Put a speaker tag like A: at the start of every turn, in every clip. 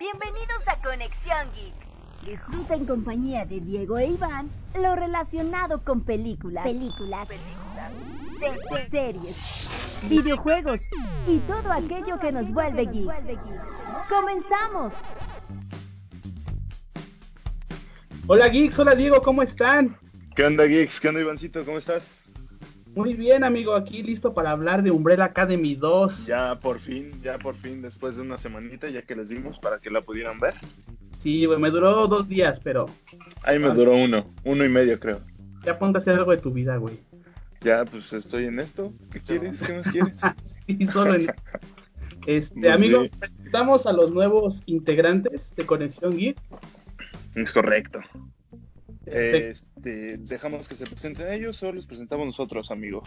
A: Bienvenidos a Conexión Geek. Disfruta en compañía de Diego e Iván lo relacionado con películas,
B: Películas.
A: películas, se- series, videojuegos y todo aquello que nos vuelve geeks. ¡Comenzamos!
C: Hola geeks, hola Diego, ¿cómo están?
D: ¿Qué onda, Geeks? ¿Qué onda, Ivancito? ¿Cómo estás?
C: Muy bien, amigo, aquí listo para hablar de Umbrella Academy 2.
D: Ya por fin, ya por fin, después de una semanita, ya que les dimos para que la pudieran ver.
C: Sí, güey, me duró dos días, pero
D: Ahí
C: Ah.
D: me duró uno, uno y medio creo.
C: ya ponte a hacer algo de tu vida, güey.
D: Ya, pues estoy en esto. ¿Qué quieres? ¿Qué más quieres?
C: Sí, solo en... Este,
D: Pues
C: amigo,
D: sí.
C: presentamos a los nuevos integrantes de Conexión Geek.
D: Es correcto.
C: Este,
D: Este, dejamos que se presenten ellos o los presentamos nosotros, amigo.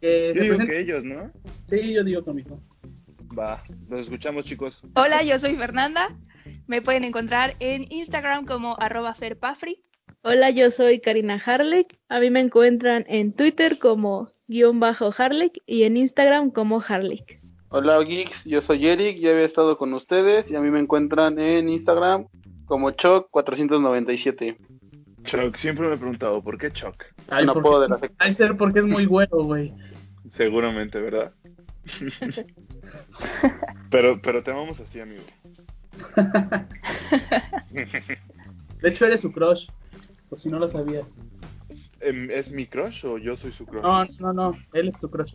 C: que
D: Yo
C: se
D: digo
C: presenten-
D: que ellos, ¿no?
C: Sí, yo digo conmigo.
D: Va, los escuchamos, chicos.
E: Hola, yo soy Fernanda. Me pueden encontrar en Instagram como arroba ferpafri.
F: Hola, yo soy Karina Harlech. A mí me encuentran en Twitter como guión bajo Harlech y en Instagram como Harlech.
G: Hola geeks, yo soy Eric, ya había estado con ustedes y a mí me encuentran en Instagram como Choc497.
D: Chuck, siempre me he preguntado, ¿por qué Chuck?
C: Ay,
G: un
C: ¿por
G: apodo
C: qué?
G: de la sec-
C: Ay, ser porque es muy bueno, güey.
D: Seguramente, ¿verdad? pero, pero te amamos así, amigo.
C: De hecho, eres su crush, por si no lo sabías.
D: Em, ¿Es mi crush o yo soy su crush?
C: No, no, no, él es tu crush.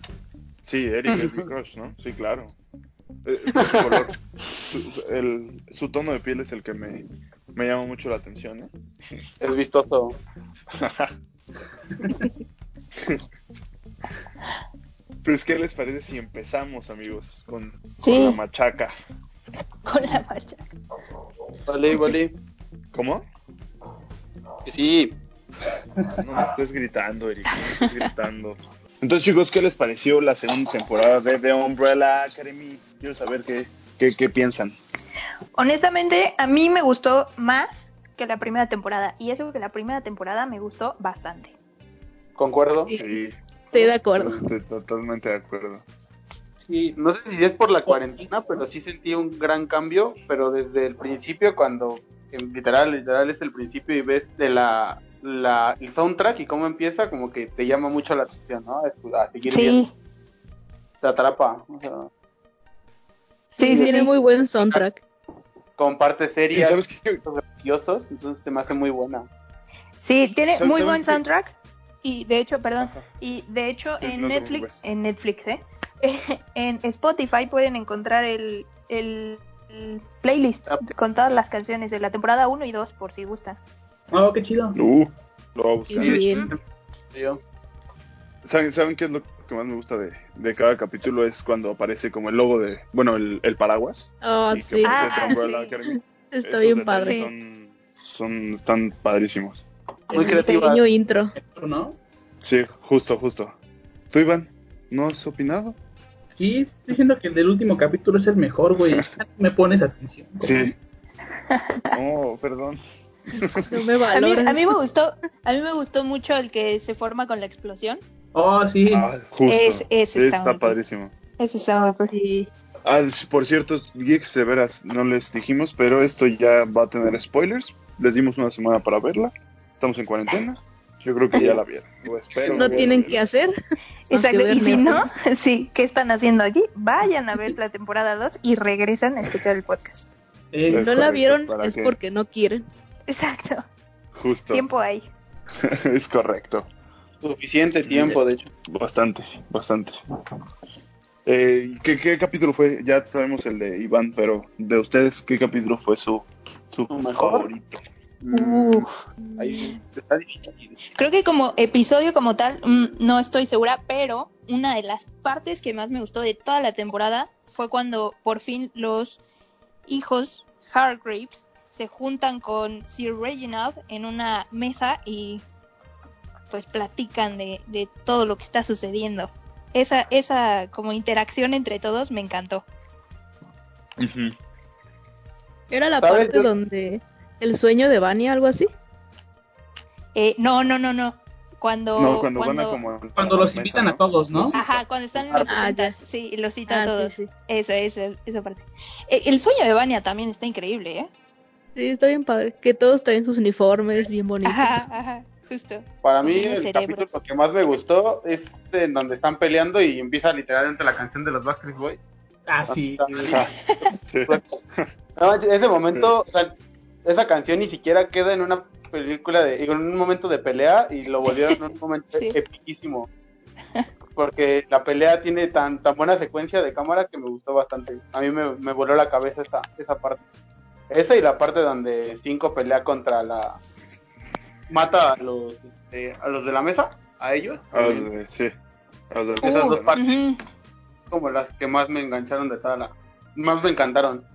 D: Sí, Eric es mi crush, ¿no? Sí, claro. Eh, su color, su, su- el- su tono de piel es el que me, me llama mucho la atención, ¿eh?
G: es vistoso.
D: pues, ¿qué les parece si empezamos, amigos, con,
E: Sí.
D: con la machaca?
E: Con la marcha.
G: Vale, vale.
D: ¿Cómo?
G: Que sí,
D: No me estés gritando, Eric, no me estés gritando. Entonces, chicos, ¿qué les pareció la segunda temporada de The Umbrella Academy? Quiero saber qué, qué, qué piensan.
E: Honestamente, a mí me gustó más que la primera temporada. Y eso que la primera temporada me gustó bastante.
G: concuerdo.
D: Sí,
F: Estoy de acuerdo.
D: estoy totalmente de acuerdo.
C: Sí,
G: No sé si es por la cuarentena, pero sí sentí un gran cambio, pero desde el principio cuando en literal, literal es el principio y ves de la, la el soundtrack y cómo empieza, como que te llama mucho la atención, ¿no? A seguir viendo. te atrapa, o sea,
E: Sí, sí,
F: Tiene
E: sí.
F: muy buen soundtrack.
G: comparte
D: ¿Y
G: series,
D: sabes qué?
G: graciosos, entonces te me hace muy buena.
E: Sí, tiene
D: ¿Saben-
E: muy
D: saben
E: buen
D: qué?
E: soundtrack. Y de hecho, perdón,
D: Ajá.
E: y de hecho
D: Sí,
E: en
D: no te
E: Netflix,
D: preocupes.
E: en Netflix, ¿eh? en Spotify pueden encontrar el, el- el playlist
G: Ah.
E: con todas las canciones de la temporada 1 y 2 por si gustan.
C: Oh, qué chido.
D: Uh, lo voy a buscar.
F: Muy bien.
G: Yo.
D: ¿Saben, saben qué es lo que más me gusta de, de cada capítulo? Es cuando aparece como el logo de, bueno, el, el paraguas.
F: Oh,
D: Y que
F: sí.
D: aparece
E: Ah,
D: The Umbrella
E: sí.
D: Academy.
F: Está
D: Esos
F: bien
D: detalles
F: padre.
D: Son, son, están padrísimos.
G: Muy
F: El
G: creativa.
F: pequeño intro.
C: ¿No?
D: Sí, justo, justo. ¿Tú, Iván? ¿No has opinado?
C: Sí, estoy diciendo que el del último capítulo es el mejor, güey. Ya no Me pones atención.
D: Sí. Oh, perdón.
F: No me
E: A mí,
F: valoras.
E: a mí me gustó, a mí me gustó mucho el que se forma con la explosión.
C: Oh, sí.
D: Ah, justo.
E: Es- ese
D: Sí,
E: está
D: está
E: muy
D: padrísimo.
E: Eso estaba muy cool.
F: Sí.
D: Ah, es- por cierto, geeks, de veras, no les dijimos, pero esto ya va a tener spoilers. Les dimos una semana para verla. Estamos en cuarentena. Yo creo que ya la vieron. O espero
F: No
D: que
F: tienen
D: ya la
F: que hacer.
E: Exacto,
F: Más que
E: y
F: ver
E: si no,
F: Netflix.
E: sí, ¿qué están haciendo aquí? Vayan a ver la temporada 2 y regresan a escuchar el podcast.
C: Eh,
D: Es
F: No la
D: correcto,
F: vieron
D: ¿para
F: es
D: qué?
F: porque no quieren.
E: Exacto,
D: vieron. Justo.
E: tiempo ahí.
D: es correcto.
G: Suficiente tiempo, de hecho.
D: Bastante, bastante. Eh, ¿qué, qué capítulo fue? Ya sabemos el de Iván, pero de ustedes, ¿qué capítulo fue su, su
G: ¿Su mejor?
D: favorito?
G: Mm, ahí está difícil.
E: Creo que como episodio como tal, mm, no estoy segura, pero una de las partes que más me gustó de toda la temporada fue cuando por fin los hijos Hargreaves se juntan con Sir Reginald en una mesa y pues platican de, de todo lo que está sucediendo. Esa, esa como interacción entre todos me encantó.
D: Ujú.
F: Era la
G: ¿Sabes?
F: parte
G: Yo-
F: donde el sueño de Vani, algo así.
E: Eh, no, no, no, no. Cuando,
D: no, cuando, van a como...
C: cuando los invitan a todos, ¿no?
E: Ajá, cuando están en los
F: Ah, ya.
E: 60, sí, y los citan
F: Ah,
E: todos.
F: sí, sí.
E: Esa, esa, esa parte. E- El sueño de Vania también está increíble, ¿eh?
F: Sí, está bien padre. Que todos traen sus uniformes bien bonitos.
E: Ajá, ajá, justo.
G: Para mí,
E: Tiene
G: el
E: cerebros.
G: capítulo que más me gustó es este en donde están peleando y empieza literalmente la canción de los Backstreet Boys.
C: Así.
D: Ah, Sí.
G: No manches, ese momento, o sea, esa canción ni siquiera queda en una película de, digo, en un momento de pelea y lo volvieron un momento
E: Sí.
G: epiquísimo. Porque la pelea tiene tan, tan buena secuencia de cámara que me gustó bastante. A mí me, me voló la cabeza esa, esa parte. Esa y la parte donde Cinco pelea contra la... Mata a los, este, a los de la mesa, a ellos.
D: Ah, de- sí. Ah, de-
G: Esas dos
D: ¿no?
G: partes
E: Ujú.
G: como las que más me engancharon de toda la... Más me encantaron.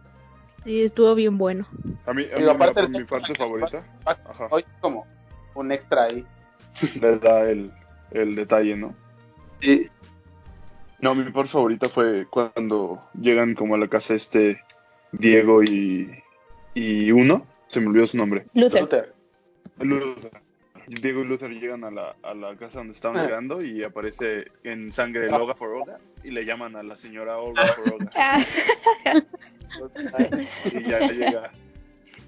F: Sí, estuvo bien bueno.
D: A mí, a
G: Y
D: mí
G: aparte
D: la-
G: el-
D: mi parte favorita Ajá.
G: Hoy es como un extra ahí.
D: le da el, el detalle, ¿no?
G: Sí.
D: No, mi parte favorita fue cuando llegan como a la casa este Diego y, y uno, se me olvidó su nombre.
E: Luther.
G: Luther.
D: Luther. Diego y Luther llegan a la, a la casa donde estaban
E: Ah.
D: llegando y aparece en sangre Loga for Olga y le llaman a la señora Olga for Olga.
E: Ah,
D: Y ya llega,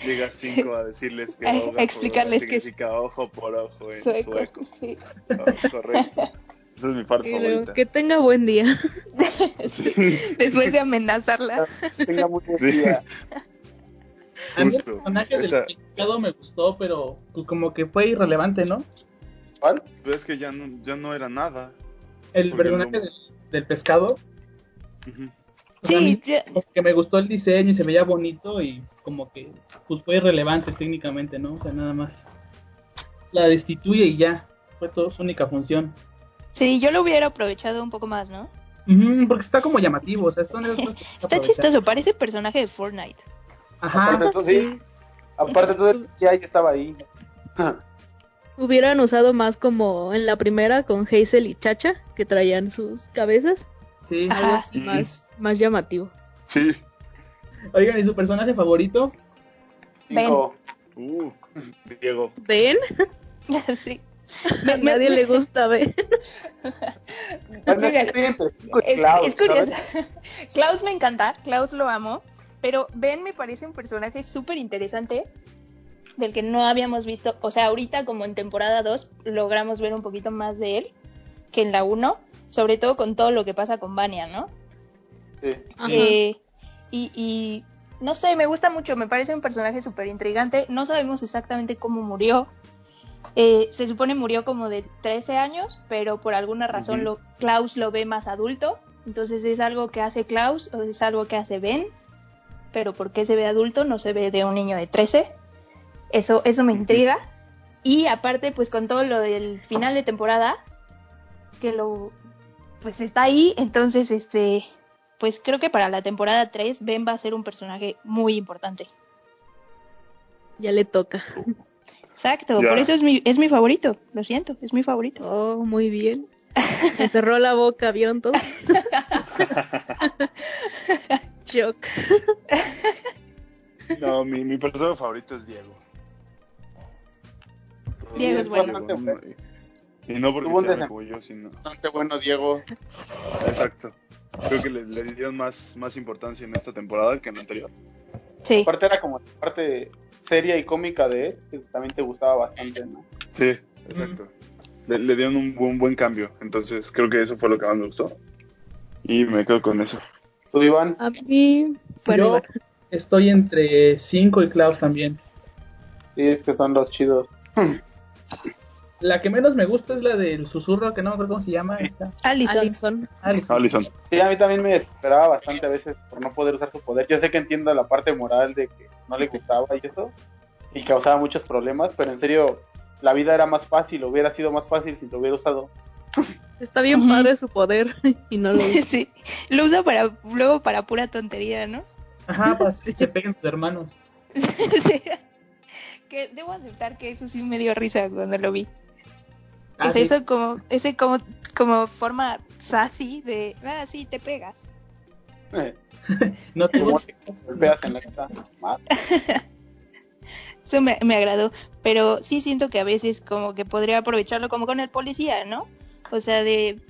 D: llega cinco a decirles que
E: A
D: Olga por
E: explicarles
D: Olga
E: que es-
D: significa ojo por ojo en
E: sueco.
D: sueco.
E: Sí.
D: Ah, correcto. Esa es mi parte
F: Y luego,
D: favorita.
F: que tenga buen día.
E: Sí, Después de amenazarla.
G: Tenga mucho
D: Sí.
G: día.
C: A mí el
D: Justo.
C: personaje del
D: Esa-
C: pescado me gustó, pero pues como que fue irrelevante, ¿no?
G: ¿Cuál?
D: Pero es que ya no, ya no era nada.
C: El
D: Porque
C: personaje
D: no-
C: del, del pescado.
D: Ujú.
C: pues, a mí
E: Sí, yo-
C: como que me gustó el diseño y se veía bonito y como que pues, fue irrelevante técnicamente, ¿no? O sea, nada más. La destituye y ya. Fue todo su única función.
E: sí, yo lo hubiera aprovechado un poco más, ¿no?
C: Ujú, porque está como llamativo, o sea, son esas cosas que hay que
E: Está
C: aprovechar.
E: chistoso, parece personaje de Fortnite.
D: Ah,
C: Ajá.
G: Aparte, todo, sí. Aparte, todo el que hay estaba ahí.
F: Hubieran usado más como en la primera con Hazel y Chacha, que traían sus cabezas.
C: Sí.
E: Ajá.
F: Algo así
D: Ujú.
F: más,
E: Mm.
F: más llamativo.
D: Sí.
C: Oigan, ¿y su personaje favorito?
G: Cinco.
D: Uh, Diego.
F: ¿Ven?
E: sí.
F: A nadie le gusta ver.
G: Bueno,
E: Oigan,
G: estoy entre cinco y
E: Es,
G: Klaus,
E: es curioso.
G: ¿sabes?
E: Klaus me encanta, Klaus lo amo, pero Ben me parece un personaje súper interesante del que no habíamos visto, o sea, ahorita como en temporada 2 logramos ver un poquito más de él que en la 1, sobre todo con todo lo que pasa con Vania, ¿no?
G: Sí.
F: Ajá.
E: Eh, y, y no sé, me gusta mucho, me parece un personaje súper intrigante. No sabemos exactamente cómo murió. Eh, se supone murió como de 13 años, pero por alguna
D: Ujú.
E: razón lo- Klaus lo ve más adulto. Entonces es algo que hace Klaus o es algo que hace Ben. Pero ¿por qué se ve adulto? No se ve de un niño de 13. Eso, eso me
D: Ujú.
E: intriga. Y aparte, pues con todo lo del final de temporada, que lo, pues está ahí, entonces, este, pues creo que para la temporada 3 Ben va a ser un personaje muy importante.
F: Ya le toca.
E: Exacto,
D: Ya.
E: por eso es mi, es mi favorito, lo siento, es mi favorito.
F: Oh, muy bien. Me cerró la boca, ¿vieron todos? Shock.
D: No, mi, mi personaje favorito es Diego.
E: Diego es bueno.
D: no- Y no porque
G: Tuvo un
D: sea
G: desen-
D: como yo, sino.
G: Bastante bueno, Diego.
D: Exacto. Creo que le, le dieron más, más importancia en esta temporada que en la anterior.
E: Sí,
G: Aparte, era como la parte seria y cómica de él, que también te gustaba bastante, ¿no?
D: Sí, exacto. Le, le dieron un buen, buen cambio. Entonces, creo que eso fue lo que más me gustó. Y me quedo con eso.
G: Tú, Iván.
F: A mí, bueno,
C: Yo
F: Iván.
C: estoy entre Cinco y Klaus también.
G: Sí, es que son los chidos.
C: La que menos me gusta es la del susurro, que no me acuerdo cómo se llama. Esta.
E: Allison.
F: Alison.
C: Alison.
D: Alison.
G: Sí, a mí también me desesperaba bastante a veces por no poder usar su poder. Yo sé que entiendo la parte moral de que no le gustaba y eso, y causaba muchos problemas, pero en serio, la vida era más fácil, hubiera sido más fácil si lo hubiera usado.
F: Está bien
E: Ujú.
F: padre su poder y no lo usa.
E: sí, lo usa para, luego para pura tontería, ¿no?
C: Ajá, para que se peguen sus hermanos.
E: Sí. Que debo aceptar que eso sí me dio risa cuando lo vi.
C: Ah,
E: o
C: sí.
E: sea, eso como, ese como, como forma sassy de, ah, sí, te pegas.
G: Eh,
C: No te
G: Como
C: gusta.
G: te golpeas en la cara. Ah,
E: Eso me, me agradó, pero sí siento que a veces como que podría aprovecharlo como con el policía, ¿no? O sea, de,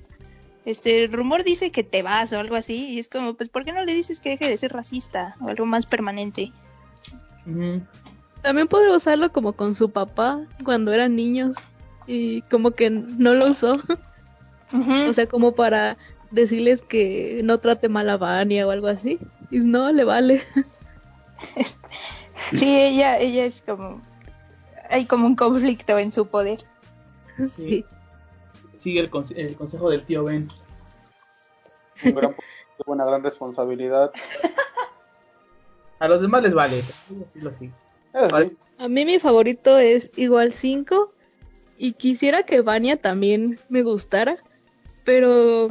E: este, el rumor dice que te vas o algo así, y es como, pues, ¿por qué no le dices que deje de ser racista o algo más permanente?
C: Ujú.
F: También podría usarlo como con su papá cuando eran niños y como que no lo usó.
E: Ujú.
F: O sea, como para decirles que no trate mal a Vania o algo así. Y no, le vale.
E: sí, ella, ella es como. Hay como un conflicto en su poder.
F: sí.
C: Sigue el, conse- el consejo del tío Ben.
G: Un gran poder lleva una gran responsabilidad.
C: A los demás les vale. Sí, lo sí.
G: Eso
C: Vale.
G: sí.
F: A mí mi favorito es igual 5 y quisiera que Vania también me gustara, pero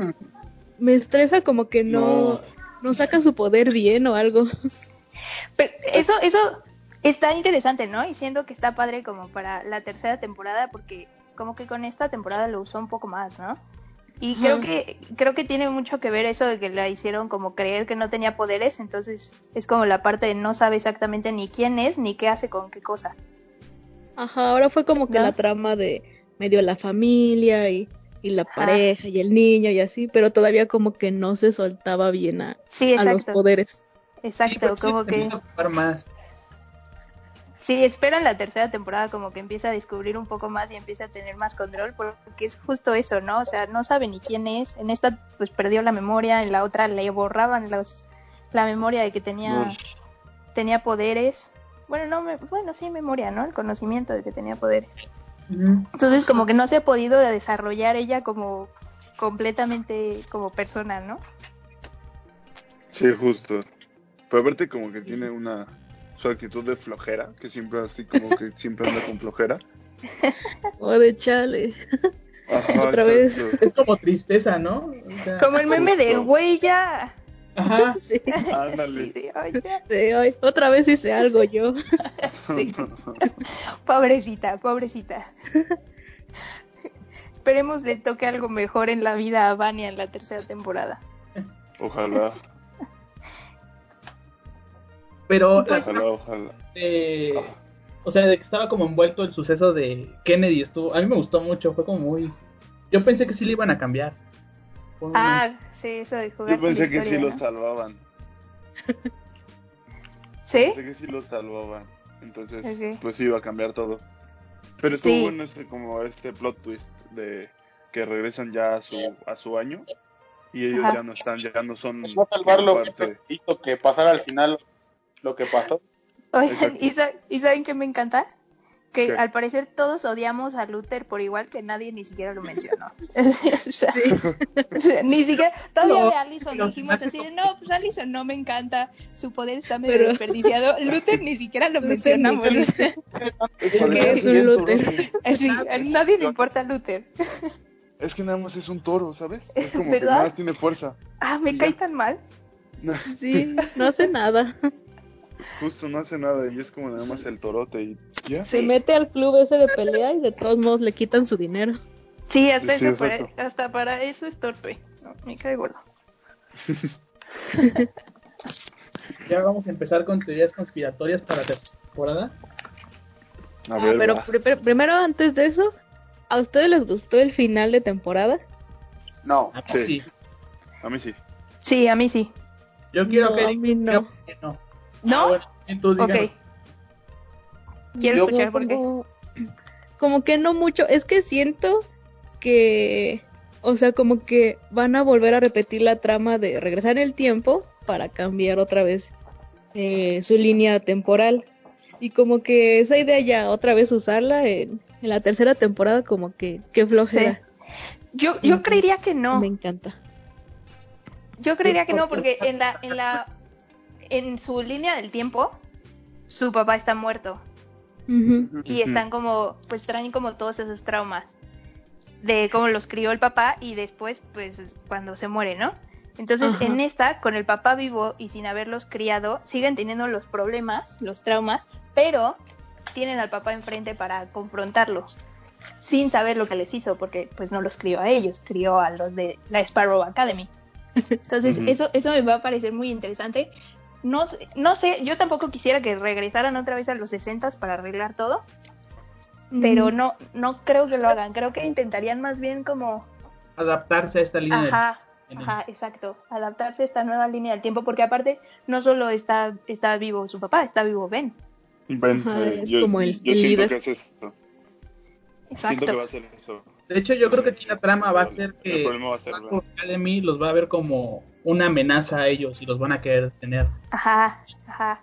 F: me estresa como que no, no. saca su poder bien o algo.
E: Pero
F: Ah.
E: eso, eso está interesante, ¿no? Y siento que está padre como para la tercera temporada, porque como que con esta temporada lo usó un poco más, ¿no? Y creo que, creo que tiene mucho que ver eso de que la hicieron como creer que no tenía poderes, entonces es como la parte de no sabe exactamente ni quién es, ni qué hace con qué cosa.
F: Ajá, ahora fue como que
E: ¿No?
F: la trama de medio la familia y, y la pareja y el niño y así, pero todavía como que no se soltaba bien a,
E: Sí,
F: a los
E: exacto.
F: poderes.
E: Exacto, como que...
C: Más.
E: Sí, esperan la tercera temporada como que empieza a descubrir un poco más y empieza a tener más control, porque es justo eso, ¿no? O sea, no sabe ni quién es. En esta pues perdió la memoria, en la otra le borraban los la memoria de que tenía
D: No.
E: tenía poderes. Bueno, no, me- bueno, sí memoria, ¿no? El conocimiento de que tenía poderes.
C: Ujú.
E: Entonces, como que no se ha podido desarrollar ella como completamente como persona, ¿no?
D: Sí, justo. Pero aparte como que tiene una su actitud de flojera, que siempre así como que siempre anda con flojera.
F: O Oh, de chale.
D: Ajá,
F: Otra vez.
D: exacto.
C: Es como tristeza, ¿no? O sea,
E: Como el meme de
D: Justo.
E: güey ya.
C: Ajá.
F: Sí,
D: Ándale.
E: Sí, de, "Ay, ya".
F: de hoy. Otra vez hice algo yo. Sí.
E: Pobrecita, pobrecita. Esperemos le toque algo mejor en la vida a Vania en la tercera temporada.
D: Ojalá,
C: Pero
E: Pues-
D: ojalá, ojalá.
C: eh,
D: Ah.
C: o sea, de que estaba como envuelto el suceso de Kennedy estuvo, a mí me gustó mucho, fue como muy yo pensé que sí le iban a cambiar. Fue un-
E: Ah, sí, eso de jugar.
D: Yo
E: con la
D: pensé que sí
E: historia,
D: lo
E: ¿no?
D: salvaban.
E: ¿Sí?
D: Pensé que sí lo salvaban. Entonces,
E: Ok.
D: pues sí, iba a cambiar todo. Pero estuvo
E: Sí.
D: bueno este, como este plot twist de que regresan ya a su, a su año y ellos
E: Ajá.
D: ya no están, ya no son
F: Pues
G: No salvarlo,
D: parte.
G: hizo que pasara al final lo que pasó.
E: Oigan,
D: Exacto.
E: ¿y, sa- y saben qué me encanta? Que
D: ¿Qué?
E: al parecer todos odiamos a Luther por igual que nadie ni siquiera lo mencionó. O sea, o sea, ni siquiera. Todavía
C: No,
E: de Allison
C: pero se me
E: dijimos
C: hace
E: así de,
C: complicado.
E: no, pues Allison no me encanta, su poder está medio
F: Pero-
E: desperdiciado. Luther ni siquiera lo
F: Luther ni
E: mencionamos. o sea.
F: Porque es un lute.
E: Sí, a nadie le importa Luther.
D: Es que nada más es un toro, ¿sabes? Es como que
E: ¿Verdad?
D: nada más tiene fuerza.
E: Ah, me
D: Ya.
E: cae tan mal.
F: Sí, no hace nada.
D: Justo no hace nada y es como nada más el torote y ya.
F: Se mete al club ese de pelea y de todos modos le quitan su dinero.
E: Sí, hasta,
D: Sí,
E: eso para,
D: exacto.
E: hasta para eso es torpe. No, me cae gordo.
C: Ya vamos a empezar con teorías conspiratorias para la temporada.
D: A
F: Ah,
D: ver,
F: pero
D: va.
F: pri- pri- primero, antes de eso, ¿a ustedes les gustó el final de temporada?
G: No,
C: Ah,
D: Sí.
C: sí.
D: a mí sí.
E: Sí, a mí sí.
C: Yo quiero
F: No,
C: que
F: a mí no.
C: quiero que no.
E: ¿No?
C: Ah, bueno, bien, tú díganos.
E: ok. Quiero
G: Yo
E: escuchar por qué.
F: como, como que no mucho. Es que siento que, o sea, como que van a volver a repetir la trama de regresar el tiempo para cambiar otra vez eh, su línea temporal. Y como que esa idea ya otra vez usarla en, en la tercera temporada, como que, qué flojera.
E: Yo, yo creería que no.
F: Me encanta.
E: Yo creería que no, porque en la, en la, en su línea del tiempo, su papá está muerto.
F: Ujú.
E: y están como, pues traen como todos esos traumas de cómo los crió el papá y después, pues cuando se muere, ¿no? Entonces,
F: Ajá.
E: en esta, con el papá vivo y sin haberlos criado, siguen teniendo los problemas, los traumas, pero tienen al papá enfrente para confrontarlo, sin saber lo que les hizo, porque pues no los crió a ellos, crió a los de la Sparrow Academy. Entonces,
D: Ujú.
E: eso, eso me va a parecer muy interesante. No, sé- no sé, yo tampoco quisiera que regresaran otra vez a los 60 para arreglar todo, pero no, no creo que lo hagan. Creo que intentarían más bien como,
C: Adaptarse a esta línea. de-
E: ajá,
C: en el-
E: ajá, exacto, adaptarse a esta nueva línea del tiempo, porque aparte no solo está, está vivo su papá, está vivo Ben.
D: Ven,
F: Ajá,
D: eh,
F: es
D: yo,
F: como el
D: yo siento
F: líder.
D: que es esto. Siento que va
E: Exacto.
D: a ser eso.
C: De hecho, yo creo que aquí la trama va a ser
D: El
C: que
D: problema va a ser
C: Hardcore Academy los va a ver como una amenaza a ellos y los van a querer tener.
E: Ajá, ajá.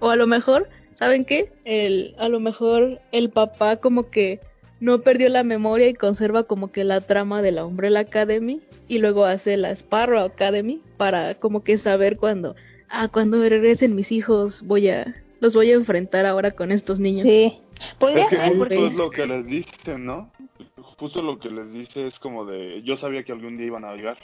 F: O a lo mejor, ¿saben qué? El, a lo mejor el papá como que no perdió la memoria y conserva como que la trama de la Umbrella Academy y luego hace la Sparrow Academy para como que saber cuando, ah, cuando regresen mis hijos voy a, los voy a enfrentar ahora con estos niños.
E: Sí. Podría
D: Es que
E: ser,
D: justo
E: porque
D: es lo que les dicen, ¿no? Justo lo que les dice es como de, yo sabía que algún día iban a llegar.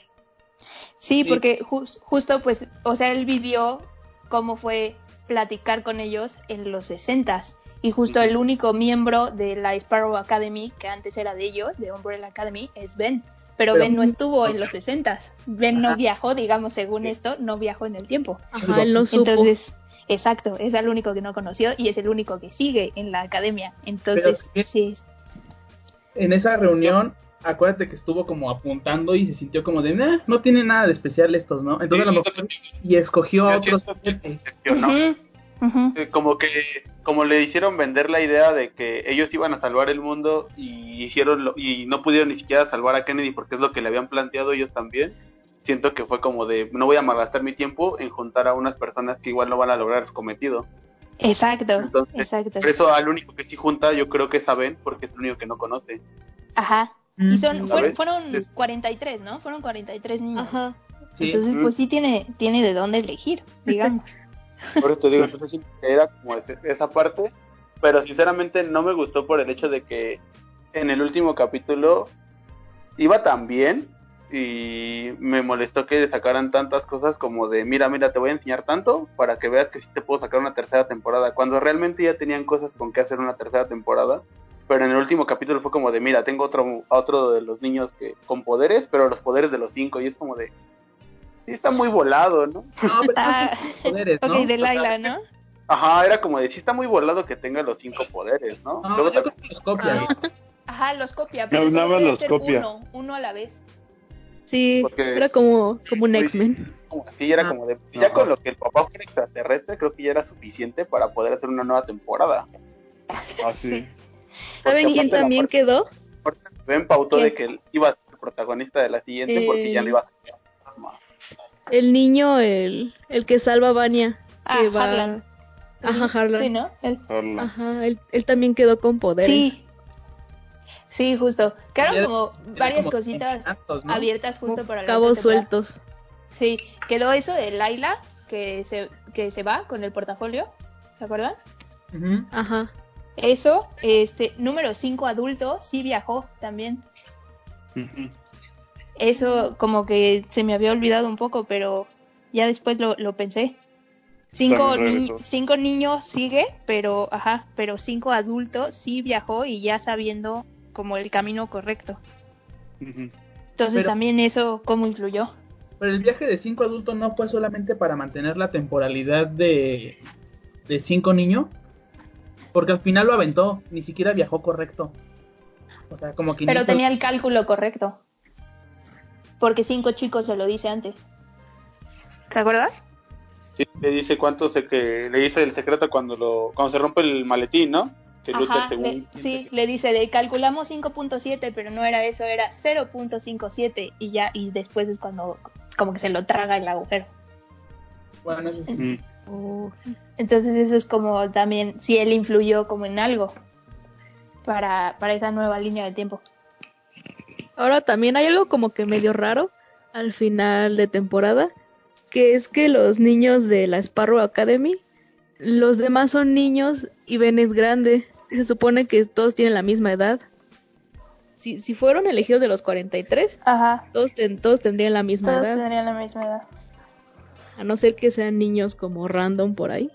E: Sí,
C: Sí.
E: porque jus- justo pues, o sea, él vivió cómo fue platicar con ellos en los 60 y justo
D: Ujú.
E: el único miembro de la Sparrow Academy, que antes era de ellos, de Umbrella Academy, es Ben. Pero,
C: Pero-
E: Ben no estuvo en los 60 Ben no
C: Ajá.
E: viajó, digamos, según
C: Sí.
E: esto, no viajó en el tiempo.
F: Ajá, él no supo.
E: Entonces, exacto, es el único que no conoció y es el único que sigue en la academia. Entonces,
C: ¿qué?
E: sí, es-
C: En esa reunión, acuérdate que estuvo como apuntando y se sintió como de, "Nah, no tiene nada de especial estos, ¿no? Entonces a lo mejor y escogió a
G: Yo
C: otros
G: siento
C: siete.
G: Yo no.
E: Ujú, ujú.
G: Eh, como que como le hicieron vender la idea de que ellos iban a salvar el mundo y hicieron lo- y no pudieron ni siquiera salvar a Kennedy porque es lo que le habían planteado ellos también siento que fue como de no voy a malgastar mi tiempo en juntar a unas personas que igual no van a lograr su cometido
E: Exacto,
G: Entonces,
E: exacto.
G: por eso al único que sí junta yo creo que saben porque es el único que no conoce
E: Ajá. Y son,
C: Mm,
E: fueron,
G: ¿Sabes?
E: fueron
D: este
G: Es-
E: 43, ¿no? Fueron 43 niños.
F: Ajá.
C: sí.
E: Entonces,
G: Mm.
E: pues sí tiene, tiene de dónde elegir, digamos.
G: Por eso te digo,
D: Sí.
G: entonces sí, era como ese- esa parte. Pero sinceramente no me gustó por el hecho de que en el último capítulo iba tan bien y me molestó que le sacaran tantas cosas como de mira, mira, te voy a enseñar tanto para que veas que sí te puedo sacar una tercera temporada. Cuando realmente ya tenían cosas con que hacer una tercera temporada. Pero en el último capítulo fue como de mira, tengo otro, a otro de los niños que con poderes, pero los poderes de los cinco. Y es como de... Sí, está muy volado, ¿no?
C: No, pero
E: Ah,
C: esos son poderes, ¿no?
E: ok, Delilah, ¿no?
G: Ajá, era como de, sí está muy volado que tenga los cinco poderes, ¿no?
C: No,
G: Luego
C: yo
G: también-
C: creo que los copia.
E: No. Ajá, los copia.
D: No,
E: Pero
D: nada
E: solo
D: más
E: puede
D: los
E: ser
D: copia.
E: Uno, uno a la vez.
F: Sí,
G: Porque
F: era
G: es-
F: como, como un X-Men.
G: como así, era
C: Ah,
G: como de, "Pues ya
C: ajá.
G: con lo que el papá fue extraterrestre, creo que ya era suficiente para poder hacer una nueva temporada.
D: Así.
F: ¿Saben
G: Porque
F: quién
G: aparte la
F: también
G: parte-
F: quedó?
G: Porque Ben pautó
E: ¿Quién?
G: de que él iba a ser el protagonista de la siguiente porque ya
F: Eh.
G: le iba a sacar fantasma.
F: El niño, el, el que salva a Vania.
E: Ah,
F: que va-
E: Harlan.
F: Ajá, Harlan.
E: Sí, ¿no? Él-
D: Habla.
F: Ajá, él, él también quedó con poderes.
E: Sí. Sí, justo. Quedaron
C: Era-
E: como
C: Tiene
E: varias
C: como
E: cositas
C: tantos, ¿no?
E: abiertas justo para la
F: cabos
E: otra temporada.
F: sueltos.
E: Sí, quedó eso de Laila que se, que se va con el portafolio. ¿Se acuerdan?
C: Ujú.
F: Ajá.
E: Eso, este, número 5 adulto, sí viajó también.
D: Ujú.
E: Eso como que se me había olvidado un poco, pero ya después lo, lo pensé. Cinco,
D: También
E: ni-
D: regresó.
E: cinco niños sigue, pero, ajá, pero cinco adultos sí viajó y ya sabiendo como el camino correcto.
F: Eh,
D: Ujú.
E: Entonces
C: Pero-
E: también eso cómo influyó.
C: Pero el viaje de cinco adultos no fue solamente para mantener la temporalidad de, de cinco niños, porque al final lo aventó, ni siquiera viajó correcto. O sea, como que
E: Pero
C: hizo-
E: tenía el cálculo correcto. Porque cinco chicos se lo dice antes. ¿Te acuerdas?
G: Sí, le dice cuánto se que le dice el secreto cuando lo cuando se rompe el maletín, ¿no? Que Luther
E: Ajá,
G: según
E: le-
G: siente
E: sí,
G: que-
E: le dice de calculamos 5.7, pero no era eso, era 0.57 y ya, y después es cuando como que se lo traga el agujero.
C: Bueno, eso sí.
D: Ujú.
E: Entonces eso es como también, si él influyó como en algo para, para esa nueva línea de tiempo.
F: Ahora también hay algo como que medio raro al final de temporada, que es que los niños de la Sparrow Academy, los demás son niños y Ben es grande. Y se supone que todos tienen la misma edad. Si, si fueron elegidos de los 43,
E: Ajá,
F: todos, ten- todos tendrían la misma edad,
E: tendrían la misma edad.
F: a no ser que sean niños como random por ahí.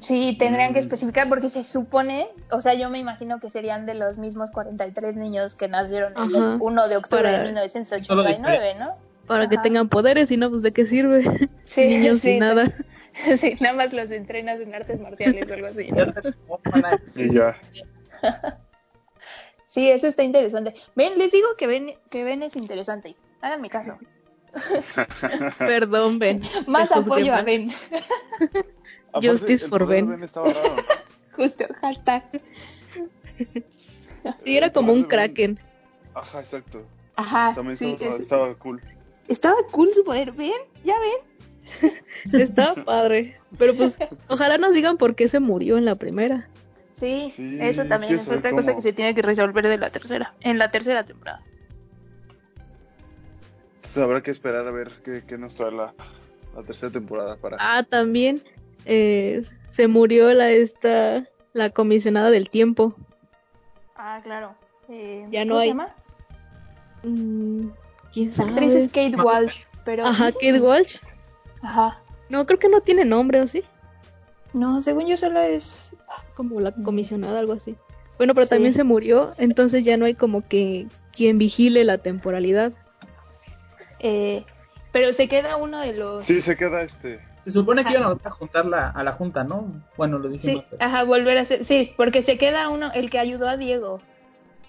E: Sí, tendrían que
D: Mm.
E: especificar porque se supone, o sea, yo me imagino que serían de los mismos 43 niños que nacieron el
F: Ajá.
E: 1 de octubre
F: Para-
E: de 1989, ¿no?
F: Para que
E: Ajá.
F: tengan poderes, y no, pues de qué sirve.
E: Sí,
F: niños
E: sí,
F: sin nada.
E: Sí, nada más los entrenas en artes marciales o algo así.
C: Ya te- ojalá.
D: Y ya.
E: Sí, eso está interesante. Ven, les digo que ven, que ven es interesante. Háganme caso.
F: Perdón, Ben.
E: Más
F: Te juzgué
E: apoyo a
F: mal.
E: Ben.
D: Aparte,
F: Justice
D: el
F: for
D: poder
F: Ben.
D: de estaba raro.
E: Justo, hashtag.
F: Sí, era
D: El
F: como un
D: poder de Ben-
F: kraken. Ah,
D: Ajá, exacto.
E: Ajá.
D: También
E: sí,
D: estaba,
E: es-
D: estaba cool.
E: estaba cool su poder. ¿Ven? ¿Ya ven?
F: Estaba padre. Pero pues, ojalá nos digan por qué se murió en la primera.
E: Sí,
D: Sí,
E: eso también
D: quiero
E: es
D: saber
E: otra cosa
D: cómo-
E: que se tiene que resolver de la tercera. En la tercera temporada.
D: Entonces habrá que esperar a ver qué, qué nos trae la, la tercera temporada para...
F: Ah, también eh, se murió la esta la comisionada del tiempo.
E: Ah, claro. Eh,
F: Ya no
E: ¿Cómo
F: hay-
E: se llama?
F: Mm, ¿Quién
E: La
F: sabe?
E: actriz es Kate
C: Ma-
E: Walsh, pero...
F: Ajá, Kate Walsh.
E: Ajá.
F: No, creo que no tiene nombre, ¿o sí?
E: No, según yo solo es...
F: Como la comisionada, algo así. Bueno, pero
E: Mm. Sí.
F: también se murió, entonces ya no hay como que quien vigile la temporalidad.
E: eh, pero se queda uno de los...
D: Sí, se queda este...
C: Se supone que
E: Ajá.
C: iban a volver a juntarla a la junta, ¿no? Bueno, lo
E: Sí,
C: dijimos. pero-
E: ajá, volver a ser... Sí, porque se queda uno, el que ayudó a Diego.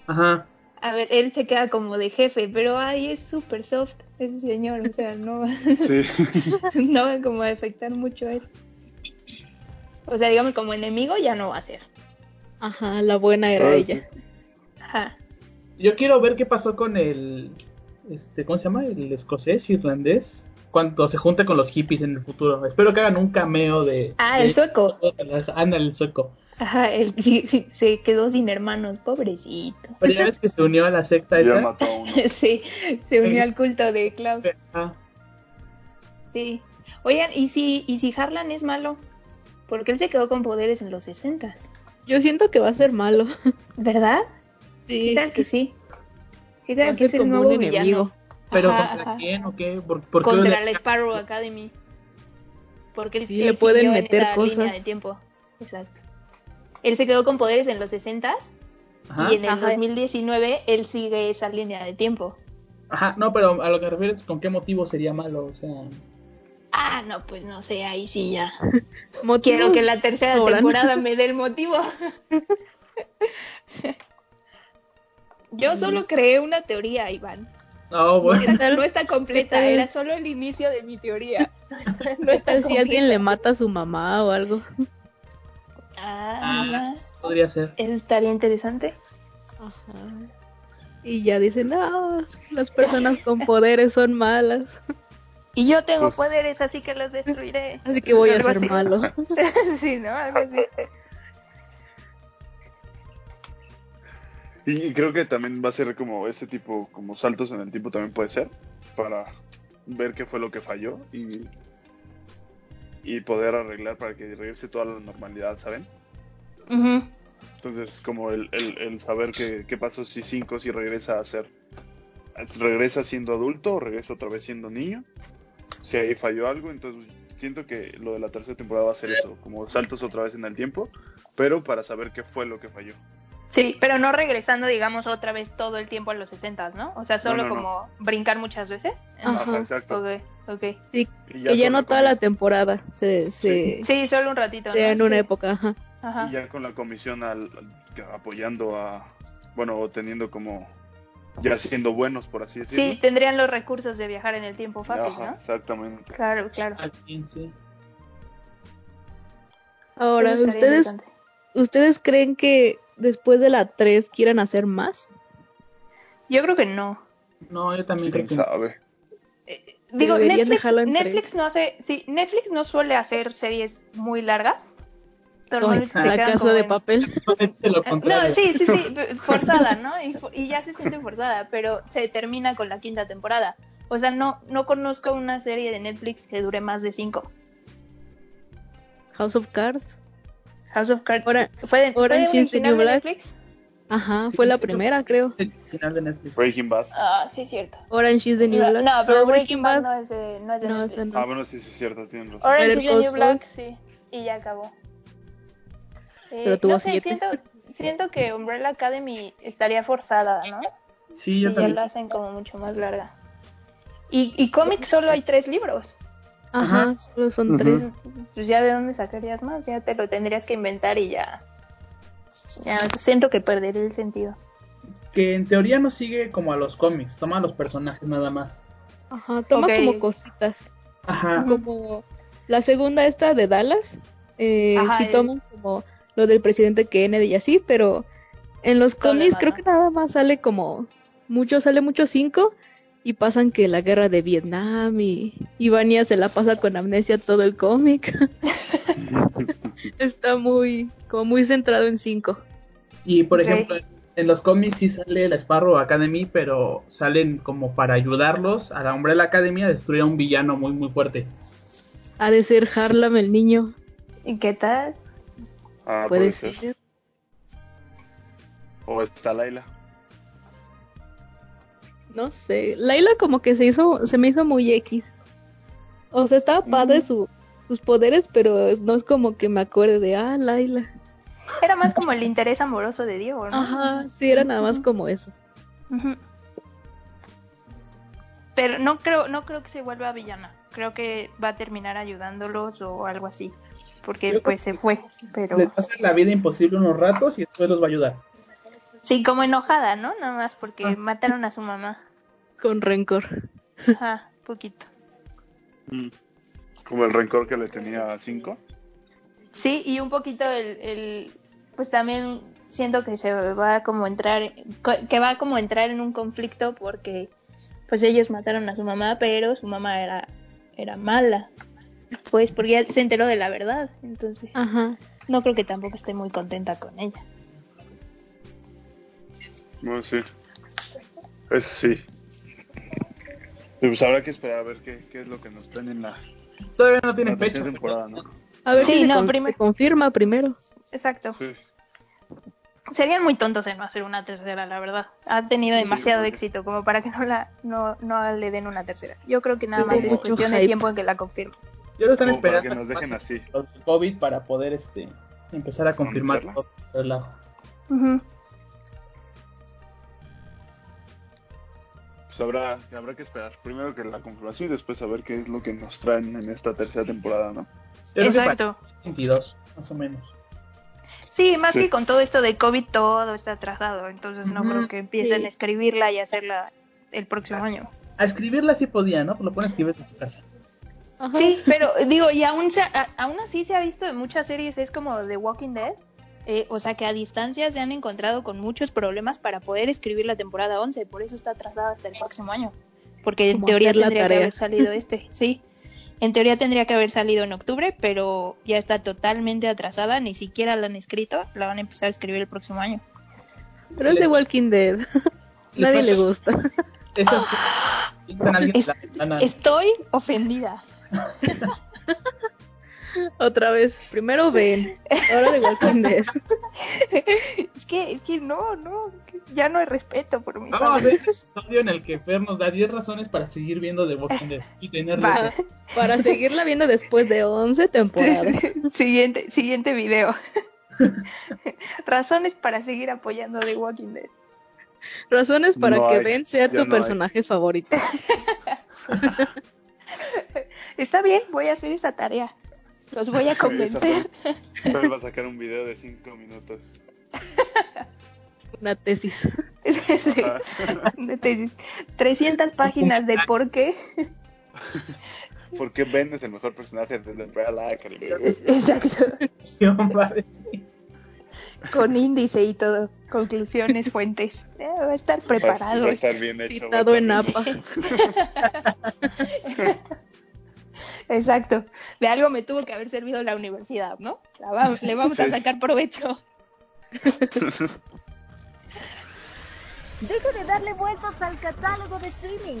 C: Ajá.
E: A ver, él se queda como de jefe, pero ahí es súper soft ese señor, o sea, no,
D: Sí.
E: no va como a afectar mucho a él. O sea, digamos, como enemigo ya no va a ser.
F: Ajá, la buena era
D: Ah,
F: ella.
E: Ajá.
C: Yo quiero ver qué pasó con el. Este, ¿Cómo se llama? El escocés, irlandés. Cuando se junta con los hippies en el futuro. Espero que hagan un cameo de.
E: Ah, el
C: de-
E: sueco.
C: Anda, el sueco.
E: Ajá, el que se quedó sin hermanos, pobrecito.
C: Pero ya ves que se unió a la secta
D: Ya
C: esta.
D: mató a uno.
E: Sí, se unió al culto de Klaus.
C: Ah,
E: Sí. Oigan, ¿y si, ¿y si Harlan es malo? Porque él se quedó con poderes en los 60
F: Yo siento que va a ser malo.
E: ¿verdad? ¿Qué
F: Sí.
E: tal que sí? ¿Qué
F: Va
E: tal
F: a
E: que es
F: ser
E: el
F: como
E: nuevo
F: un
E: villano?
F: enemigo.
C: Pero
E: Ajá,
C: ¿contra
E: ajá.
C: quién o qué? ¿Por, por qué lo
E: Contra la
C: de-
E: Sparrow Academy. Porque él,
F: Sí,
E: él
F: le pueden
E: siguió en
F: meter
E: esa línea
F: cosas.
E: de tiempo. Exacto. Él se quedó con poderes en los 60
C: Ajá.
E: y en el
F: Ajá.
E: 2019 él sigue esa línea de tiempo.
C: Ajá, no, pero a lo que me refieres, ¿con qué motivo sería malo? O sea,
E: Ah, no, pues no sé, ahí sí ya.
F: Motivos-
E: Quiero que la tercera
F: sobran.
E: temporada me dé el motivo. Yo solo creé una teoría, Iván.
C: no, bueno.
E: No está- no está
F: ¿Qué
E: completa,
F: tal?
E: era solo el inicio de mi teoría. No está, no
F: ¿Qué
E: está
F: tal si alguien
E: completa.
F: le mata a su mamá o algo?
E: Ah,
C: Ah, podría ser.
E: eso estaría interesante.
F: Ajá. Y ya dicen, ah, las personas con poderes son malas.
E: Y yo tengo
D: Pues-
E: poderes, así que los destruiré.
F: Así que voy a
E: Algo
F: ser
E: así.
F: malo.
E: sí, ¿no? Algo así.
D: Y, y creo que también va a ser como ese tipo, como saltos en el tiempo también puede ser, para ver qué fue lo que falló y, y poder arreglar para que regrese toda la normalidad, ¿saben?
E: Ujú.
D: Entonces, como el, el, el saber qué, qué pasó si 5 si regresa a ser, regresa siendo adulto o regresa otra vez siendo niño, si ahí falló algo, entonces siento que lo de la tercera temporada va a ser eso, como saltos otra vez en el tiempo, pero para saber qué fue lo que falló.
E: Sí, pero no regresando, digamos, otra vez todo el tiempo a los 60, ¿no? O sea, solo
D: no, no.
E: como brincar muchas veces. Ah,
F: Ajá.
D: Ajá, exacto.
E: Ok, ok.
F: Sí,
D: Y
F: que ya
D: con
F: no
D: la
F: toda la
D: comisión-
F: temporada se, se
E: Sí, solo un ratito. ¿no?
F: sea en una
E: Sí.
F: época. Ajá.
E: Ajá.
D: Y ya con la comisión al, al- apoyando a, bueno, o teniendo como, ya siendo buenos, por así decirlo.
E: Sí, tendrían los recursos de viajar en el tiempo fácil,
D: Ajá,
E: ¿no?
D: exactamente.
E: Claro, claro.
C: Al fin, sí.
F: Ahora,
E: Eso estaría
F: ¿ustedes,
E: interesante.
F: ¿ustedes creen que después de la 3 quieran hacer más?
E: Yo creo que no.
C: No, yo también creo
D: ¿Quién
C: que
D: sabe?
E: Eh, Digo,
F: Deberían
E: Netflix,
F: dejarlo en
E: Netflix no hace, sí, Netflix no suele hacer series muy largas. Normalmente se
F: la
E: quedan
F: casa
E: como
F: de
E: en-
F: papel.
C: no. Es lo
E: Ah,
C: contrario.
E: No, sí, sí, sí, forzada, ¿no? Y, fo- y ya se siente forzada, pero se termina con la quinta temporada. O sea, no, no conozco una serie de Netflix que dure más de cinco.
F: House of Cards.
E: House of Cards.
F: Ora-
E: ¿Fue de, fue de
F: Orange is the
E: original
F: New
E: de
F: Black.
E: Netflix?
F: Ajá,
C: Sí,
F: fue la
C: de hecho-
F: primera, creo.
C: El final de Netflix.
D: Breaking Bad.
E: Ah, sí, cierto.
F: Orange is the New
E: No,
F: Black.
E: no, pero
F: No,
E: Breaking Bad, no es de, no es de
F: No,
E: Netflix.
F: esa
D: Ah, bueno, sí, sí, es cierto, tienen razón.
E: Orange
F: Better
E: is the New
F: Call
E: Black, sí. Y ya acabó. Eh,
F: Pero tuvo
E: no sé,
F: siete.
E: Siento, siento que Umbrella Academy estaría forzada, ¿no?
C: Sí,
E: Si
C: yo
E: ya
C: también.
E: la hacen como mucho más larga. Y, y cómics solo hay tres libros.
F: Ajá,
C: Ajá.
F: solo son
D: Ujú.
F: tres.
E: Pues ya de dónde sacarías más, ya te lo tendrías que inventar y ya. Ya siento que perdería el sentido.
C: Que en teoría no sigue como a los cómics, toma a los personajes nada más.
F: Ajá, toma
E: Ok.
F: como cositas.
C: Ajá.
E: Ujú.
F: Como la segunda esta de Dallas. Eh,
E: Ajá,
F: sí
E: el-
F: toman como lo del presidente Kennedy y así, pero en los cómics
E: Problema,
F: creo
E: ¿no?
F: que nada más sale como mucho, sale mucho cinco y pasan que la guerra de Vietnam y Ivania se la pasa con amnesia todo el cómic. Está muy, como muy centrado en cinco.
C: Y por
E: Ok.
C: ejemplo, en los cómics sí sale la Sparrow Academy, pero salen como para ayudarlos a la Umbrella Academy a destruir a un villano muy muy fuerte.
F: Ha de ser Harlem el niño.
E: ¿Y qué tal?
D: Ah,
F: puede, ser.
D: O está Laila.
F: No sé. Laila como que se hizo, se me hizo muy X. O sea, estaba padre su- sus poderes, pero es- no es como que me acuerde de, ah, Laila.
E: Era más como el interés amoroso de Diego, ¿no?
F: Ajá, sí, era nada más como eso.
E: Ujú. Pero no creo, no creo que se vuelva villana. Creo que va a terminar ayudándolos o algo así. Porque
C: Yo
E: pues se fue. Pero
C: Les va a hacer la vida imposible unos ratos y después los va a ayudar.
E: sí, como enojada, ¿no? Nada más porque mataron a su mamá.
F: Con rencor.
E: Ajá, poquito.
D: Como el rencor que le tenía a 5.
E: Sí, y un poquito el, el- pues también siento que se va como a entrar, co- que va como a entrar en un conflicto porque pues ellos mataron a su mamá, pero su mamá era, era mala, pues porque ya se enteró de la verdad, entonces
F: Ajá.
E: no creo que tampoco esté muy contenta con ella.
D: Bueno, sí. Eso sí. Y pues habrá que esperar a ver qué, qué es lo que nos traen en la,
C: Todavía no
D: la
C: tienen fecha.
D: tercera pues temporada, ¿no?
F: A ver
E: Sí,
F: si se
E: no,
F: con-
E: primero-
F: se confirma primero.
E: Exacto.
D: Sí.
E: Serían muy tontos en no hacer una tercera, la verdad. Ha tenido
D: Sí,
E: demasiado
D: porque-
E: éxito como para que no la no, no le den una tercera. Yo creo que nada
F: Sí,
E: más es
F: mucho
E: cuestión de
F: hype.
E: tiempo en que la confirmen.
C: Ya lo están
D: Como para
C: esperando.
D: que nos
C: que
D: dejen
C: pase
D: así.
C: lo del COVID para poder este empezar a confirmar
D: Anunciarla.
C: todo el relajo.
E: Ujú.
D: Pues habrá, habrá que esperar primero que la confirmación y después a ver qué es lo que nos traen en esta tercera temporada, ¿no?
C: Yo creo que para
E: Exacto.
C: 22, más o menos.
E: Sí, más
D: Sí.
E: que con todo esto de COVID todo está atrasado, entonces no
C: Ujú.
E: creo que empiecen
F: Sí.
E: a escribirla y hacerla el próximo año.
C: A escribirla sí podía, ¿no? Pues lo pueden escribir desde su casa.
F: Ajá.
E: Sí, pero digo, y aún, se- a- aún así se ha visto en muchas series, es como The Walking Dead, eh, o sea que a distancia se han encontrado con muchos problemas para poder escribir la temporada 11, por eso está atrasada hasta el próximo año, porque en
F: Como
E: teoría
F: hacer la
E: tendría que
F: tarea.
E: haber salido este, sí, en teoría tendría que haber salido en octubre, pero ya está totalmente atrasada, ni siquiera la han escrito, la van a empezar a escribir el próximo año.
F: Pero es de Walking Dead. Nadie le gusta.
C: Esas están alguien en la
E: Es-
C: ventana.
F: Ah.
E: Estoy ofendida.
F: Otra vez. Primero ven. Ahora de Walking Dead.
E: Es que, es que no, no, que ya no hay respeto por mis
C: Vamos a ver este episodio en el que Fer nos da 10 razones para seguir viendo The Walking Dead y tener
E: Va.
C: razón.
F: Para seguirla viendo después de 11 temporadas.
E: siguiente, siguiente video. Razones para seguir apoyando The Walking Dead.
F: Razones para
D: No
F: que
D: hay,
F: Ben sea
D: ya
F: tu
D: no hay.
F: personaje favorito.
E: Está bien, voy a hacer esa tarea. Los voy a convencer.
D: Pero va a sacar un video de 5 minutos.
F: Una tesis.
E: Sí,
D: Ajá.
E: de tesis. 300 páginas de por qué.
D: ¿Por qué Ben es el mejor personaje de la Umbrella Academy?
E: Exacto.
C: Va a decir.
E: Con índice y todo. Conclusiones, fuentes. Eh, va a estar preparado.
D: Va a estar bien hecho. va a
F: Citado
D: estar
F: en
D: bien
F: APA.
E: Exacto. De algo me tuvo que haber servido la universidad, ¿no? La va- le vamos a
D: Sí.
E: sacar provecho.
A: Deja de darle vueltas al catálogo de streaming.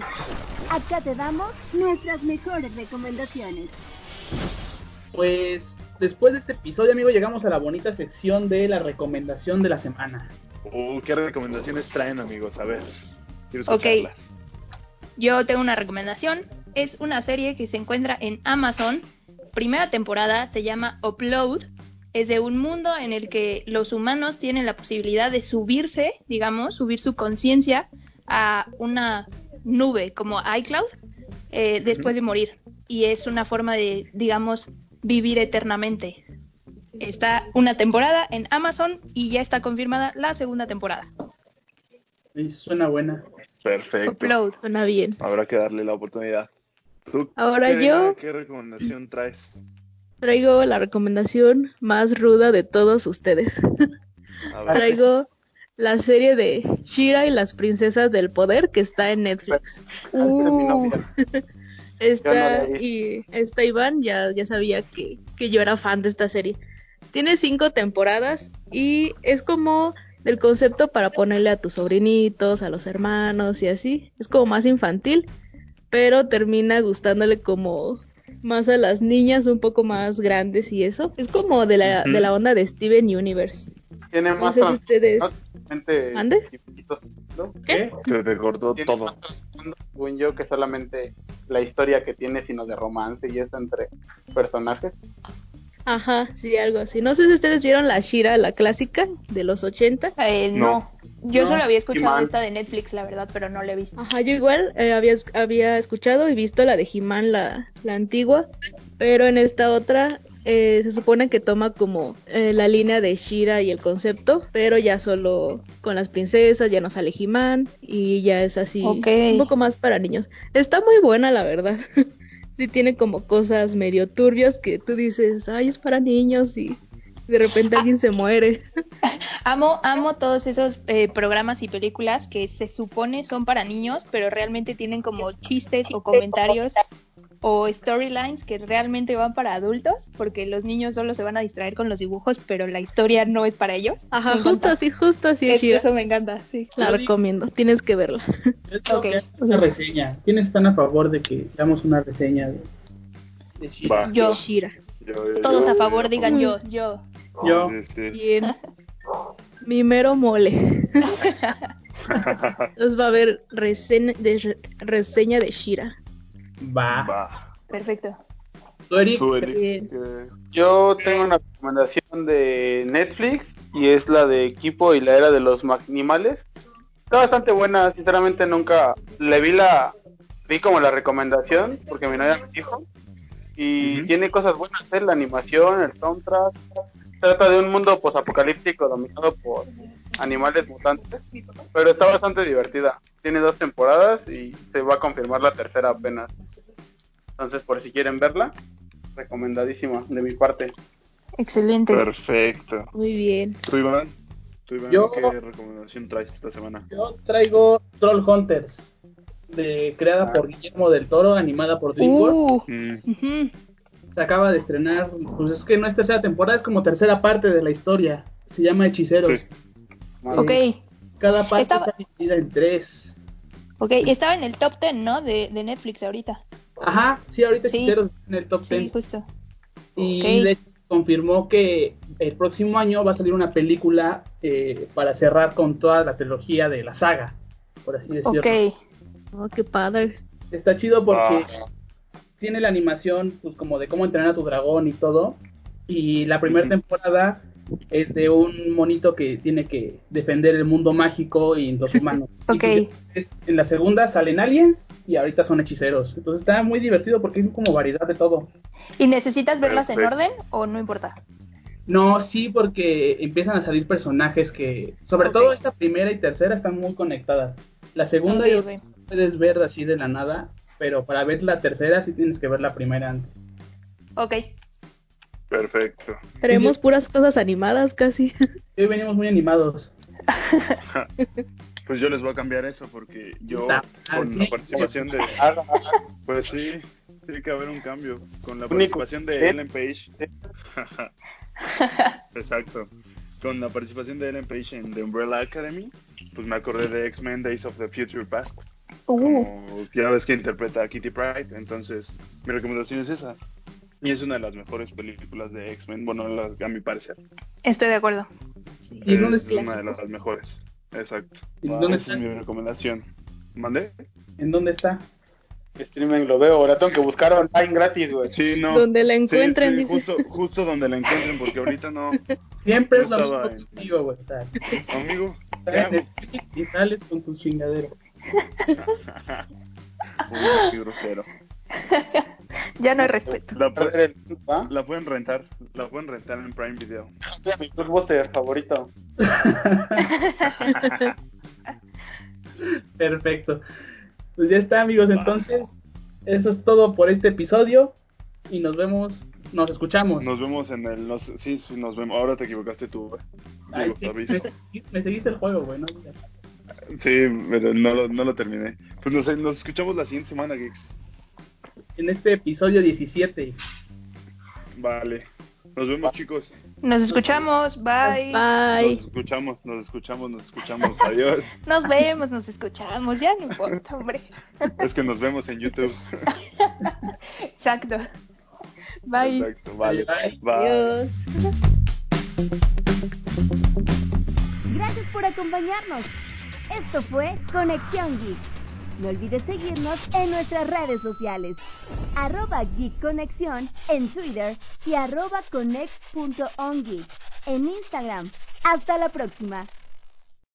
A: Acá te damos nuestras mejores recomendaciones.
C: Pues después de este episodio, amigo, llegamos a la bonita sección de la recomendación de la semana.
D: Uh, ¿Qué recomendaciones traen, amigos? A ver. Quiero
E: Ok.
D: escucharlas.
E: Yo tengo una recomendación. Es una serie que se encuentra en Amazon. Primera temporada se llama Upload. Es de un mundo en el que los humanos tienen la posibilidad de subirse, digamos, subir su conciencia a una nube como iCloud eh, después de morir. Y es una forma de, digamos, vivir eternamente. Está una temporada en Amazon y ya está confirmada la segunda temporada.
C: Y suena buena.
D: Perfecto.
E: Upload.
F: Suena bien.
D: Habrá que darle la oportunidad. ¿Tú,
F: Ahora
D: Karina,
F: yo-
D: ¿Qué recomendación traes?
F: Traigo la recomendación más ruda de todos ustedes.
D: A ver,
F: Traigo la serie de Shira y las princesas del poder que está en Netflix.
G: terminó, mira.
F: Está,
G: Yo no la
F: y está Iván, ya, ya sabía que, que yo era fan de esta serie. Tiene cinco temporadas y es como el concepto para ponerle a tus sobrinitos, a los hermanos y así. Es como más infantil, pero termina gustándole como más a las niñas un poco más grandes y eso. Es como de la, de la onda de Steven Universe.
G: Tiene
F: No
G: más
F: sé si
G: trastornos
F: ustedes...
G: gente-
F: ¿Mande?
G: ¿no?
C: ¿Qué?
D: se te cortó
G: Tiene
D: todo.
G: más trastornos, según yo, que solamente la historia que tiene, sino de romance y eso entre personajes.
F: Ajá, sí, algo así. No sé si ustedes vieron la Shira, la clásica de los 80.
E: Eh, no. Yo
G: No,
E: solo había escuchado
G: He-Man.
E: esta de Netflix, la verdad, pero no la he visto.
F: Ajá, yo igual eh, había, había escuchado y visto la de He-Man, la, la antigua, pero en esta otra eh, se supone que toma como eh, la línea de Shira y el concepto, pero ya solo con las princesas, ya no sale He-Man y ya es así
E: Ok.
F: un poco más para niños. Está muy buena, la verdad. sí tiene como cosas medio turbias que tú dices, ay, es para niños y de repente alguien se muere.
E: Amo, amo todos esos eh, programas y películas que se supone son para niños, pero realmente tienen como chistes o comentarios o storylines que realmente van para adultos, porque los niños solo se van a distraer con los dibujos, pero la historia no es para ellos.
F: Ajá,
E: Me
F: justo
E: encanta.
F: así, justo así,
E: Es-
F: Shira.
E: eso me encanta, sí.
F: La recomiendo, tienes que verla.
C: Yo creo
E: Ok.
C: que hagamos una reseña. ¿Quiénes están a favor de que hagamos una reseña de, de She-Ra?
D: Va.
E: Yo,
F: Shira.
D: Yo- yo-
E: todos
D: yo-
E: a favor
D: yo-
E: digan yo, yo.
C: Yo.
D: Sí, sí.
F: Bien. Mi mero mole. Entonces va a haber reseña de, re- reseña de Shira.
C: Va.
G: Ah,
D: Va.
E: Perfecto.
C: Tú, Eric,
D: Tú, Eric,
F: Bien.
D: ¿qué-
G: Yo tengo una recomendación de Netflix y es la de Equipo y la era de los animales. Está bastante buena, sinceramente nunca le vi la vi como la recomendación porque mi novia me dijo y
D: Ujú.
G: tiene cosas buenas, ¿eh? la animación, el soundtrack. Trata de un mundo posapocalíptico dominado por animales mutantes, pero está bastante divertida. Tiene dos temporadas y se va a confirmar la tercera apenas. Entonces, por si quieren verla, recomendadísima de mi parte.
E: Excelente.
D: Perfecto.
F: Muy bien.
D: ¿Tú, Iván? ¿Tú, Iván,
C: Yo-
D: ¿Qué recomendación traes esta semana?
C: yo traigo Troll Hunters, de, creada por Guillermo del Toro, animada por DreamWorks.
E: Uh,
D: Mm,
E: ujú.
C: se acaba de estrenar, pues es que no es tercera temporada, es como tercera parte de la historia. Se llama Hechiceros.
D: sí.
E: Ok,
C: Cada parte
E: Estaba-
C: está dividida en tres.
E: ok. Estaba en el top 10, ¿no? De, de Netflix ahorita.
C: Ajá, sí, ahorita
E: Sí.
C: Hechiceros en el top
E: Sí,
C: ten.
E: justo.
C: y
E: ok.
C: de hecho confirmó que el próximo año va a salir una película eh, para cerrar con toda la trilogía de la saga, por así decirlo.
E: Ok.
F: Oh, qué padre.
C: Está chido porque
D: Ah.
C: tiene la animación pues como de cómo entrenar a tu dragón y todo. Y la primera
D: Ujú.
C: temporada es de un monito que tiene que defender el mundo mágico y los humanos. Y,
E: Ok.
C: pues, en la segunda salen aliens y ahorita son hechiceros. Entonces está muy divertido porque hay como variedad de todo.
E: ¿Y necesitas verlas en
D: Perfecto.
E: orden o no importa?
C: No, sí, porque empiezan a salir personajes que, sobre
E: Ok.
C: todo esta primera y tercera están muy conectadas. La segunda
E: Ok,
C: ya
E: ok.
C: puedes ver así de la nada, pero para ver la tercera sí tienes que ver la primera antes.
E: Ok.
D: Perfecto.
F: Traemos puras cosas animadas casi.
C: Hoy venimos muy animados.
D: Pues yo les voy a cambiar eso porque yo,
C: Puta,
D: con
C: sí.
D: la participación de.
G: Ah, ah, ah,
D: Pues sí, tiene que haber un cambio. Con la
G: Único.
D: participación de Ellen Page. Exacto. Con la participación de Ellen Page en The Umbrella Academy, pues me acordé de X-Men Days of the Future Past.
E: Uh,
D: como ya ves que interpreta a Kitty Pride, entonces mi recomendación es esa. Y es una de las mejores películas de X-Men, bueno, la- a mi parecer.
E: estoy de acuerdo.
C: ¿Y dónde
D: es
C: está?
D: una de las mejores. Exacto.
C: ¿Y dónde
D: Esa
C: está?
D: es mi recomendación. ¿Mande?
C: ¿En dónde está?
G: streaming lo veo, ahora tengo que buscar online gratis, güey.
D: Sí, no.
F: Donde la
D: Sí,
F: encuentren,
D: sí,
F: dice.
D: justo, justo donde la encuentren, porque ahorita no.
C: Siempre
D: Yo
C: es lo
D: estaba
C: mismo
D: en-
C: contigo, güey. O sea, estás
D: Amigo, te
C: en
D: amo.
C: Netflix y sales con tus chingaderos.
D: Uy, qué grosero.
E: Ya no hay respeto.
D: La, pu-
G: Perder el club, ¿va?
D: la pueden rentar, la pueden rentar en Prime Video.
G: Hostia, Mi blockbuster favorito.
C: Perfecto. Pues ya está, amigos. Entonces, eso es todo por este episodio. Y nos vemos Nos escuchamos.
D: Nos vemos en el. Nos, sí, sí, nos vemos. Ahora te equivocaste tú, güey.
C: Ay,
D: Digo,
C: sí,
D: David.
C: me, me seguiste el juego, güey. ¿no?
D: Sí, pero no lo, no lo terminé. Pues nos, nos escuchamos la siguiente semana, Geeks.
C: En este episodio 17.
D: Vale. Nos vemos, chicos.
E: Nos escuchamos, bye.
F: Bye.
D: Nos escuchamos, nos escuchamos, nos escuchamos. Adiós.
E: Nos vemos, nos escuchamos, ya no importa, hombre.
D: Es que nos vemos en YouTube.
E: Exacto. Bye.
D: Exacto, vale.
C: Bye.
D: Bye.
F: Adiós.
A: Gracias por acompañarnos. Esto fue Conexión Geek. No olvides seguirnos en nuestras redes sociales. Arroba Geek Conexión en Twitter y arroba conex.ongeek en Instagram. Hasta la próxima.